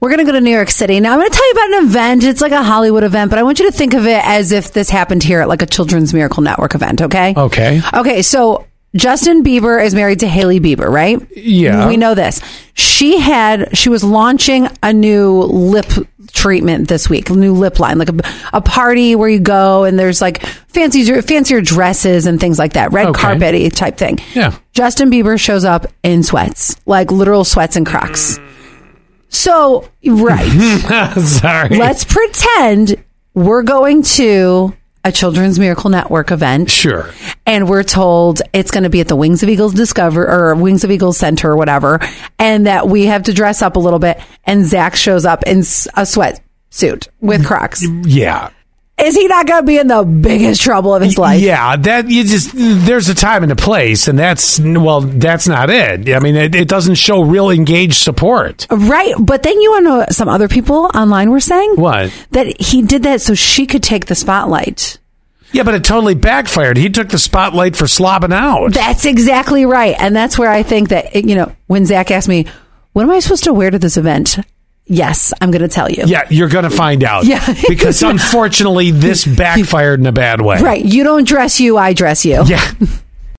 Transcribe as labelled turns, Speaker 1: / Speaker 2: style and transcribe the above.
Speaker 1: We're going to go to New York City. Now, I'm going to tell you about an event. It's like a Hollywood event, but I want you to think of it as if this happened here at like a Children's Miracle Network event, okay?
Speaker 2: Okay.
Speaker 1: Okay, so Justin Bieber is married to Haley Bieber, right?
Speaker 2: Yeah.
Speaker 1: We know this. She had she was launching a new lip treatment this week, a new lip line, like a, a party where you go and there's like fancy fancier dresses and things like that, red
Speaker 2: Okay.
Speaker 1: carpety type thing.
Speaker 2: Yeah.
Speaker 1: Justin Bieber shows up in sweats, like literal sweats and Crocs. So, right.
Speaker 2: Sorry.
Speaker 1: let's pretend we're going to a Children's Miracle Network event
Speaker 2: sure.
Speaker 1: and we're told it's going to be at the Wings of Eagles Discover or Wings of Eagles Center or whatever, and that we have to dress up a little bit. And Zach shows up in s- a sweatsuit with Crocs.
Speaker 2: Yeah.
Speaker 1: Is he not going to be in the biggest trouble of his life?
Speaker 2: Yeah, that you just there's a time and a place, and that's well, that's not it. I mean, it, it doesn't show real engaged support.
Speaker 1: Right. But then you want to know what some other people online were saying?
Speaker 2: What?
Speaker 1: That he did that so she could take the spotlight.
Speaker 2: Yeah, but it totally backfired. He took the spotlight for slobbing out.
Speaker 1: That's exactly right. And that's where I think that, you know, when Zach asked me, what am I supposed to wear to this event? Yes, I'm going to tell you.
Speaker 2: yeah, you're gonna find out.
Speaker 1: Yeah.
Speaker 2: because unfortunately, this backfired in a bad way.
Speaker 1: Right. You don't dress you, I dress you.
Speaker 2: Yeah.